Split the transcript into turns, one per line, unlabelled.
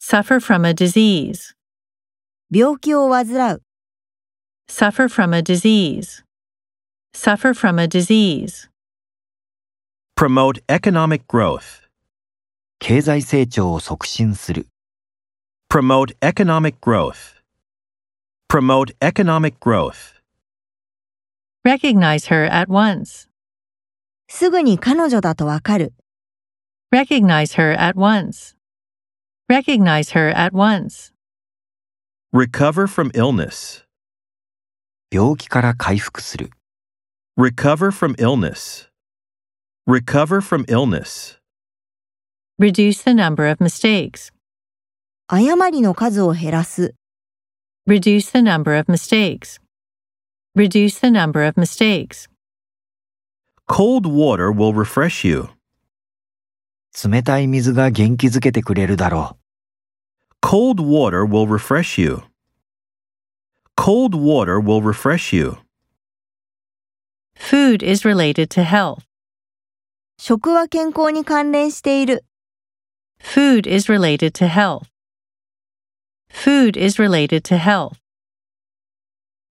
suffer from a disease,
病気を患う、
suffer from a disease, suffer from a disease,
promote economic growth,
経済成長を促進する。
promote economic growth, promote economic growth,
recognize her at once,
すぐに彼女だとわかる、
recognize her at once, recognize her at once,
recover from illness,
病気から回復する。
recover from illness, recover from illness,
reduce the number of mistakes,
誤りの数を減らす、
reduce the number of mistakes, reduce the number of mistakes,
cold water will refresh you.
冷たい水が元気づけてくれるだろ
Cold water will refresh you. Cold water will refresh you.
food is related to health,
食は健康に関連している、
food is related to health, food is related to health.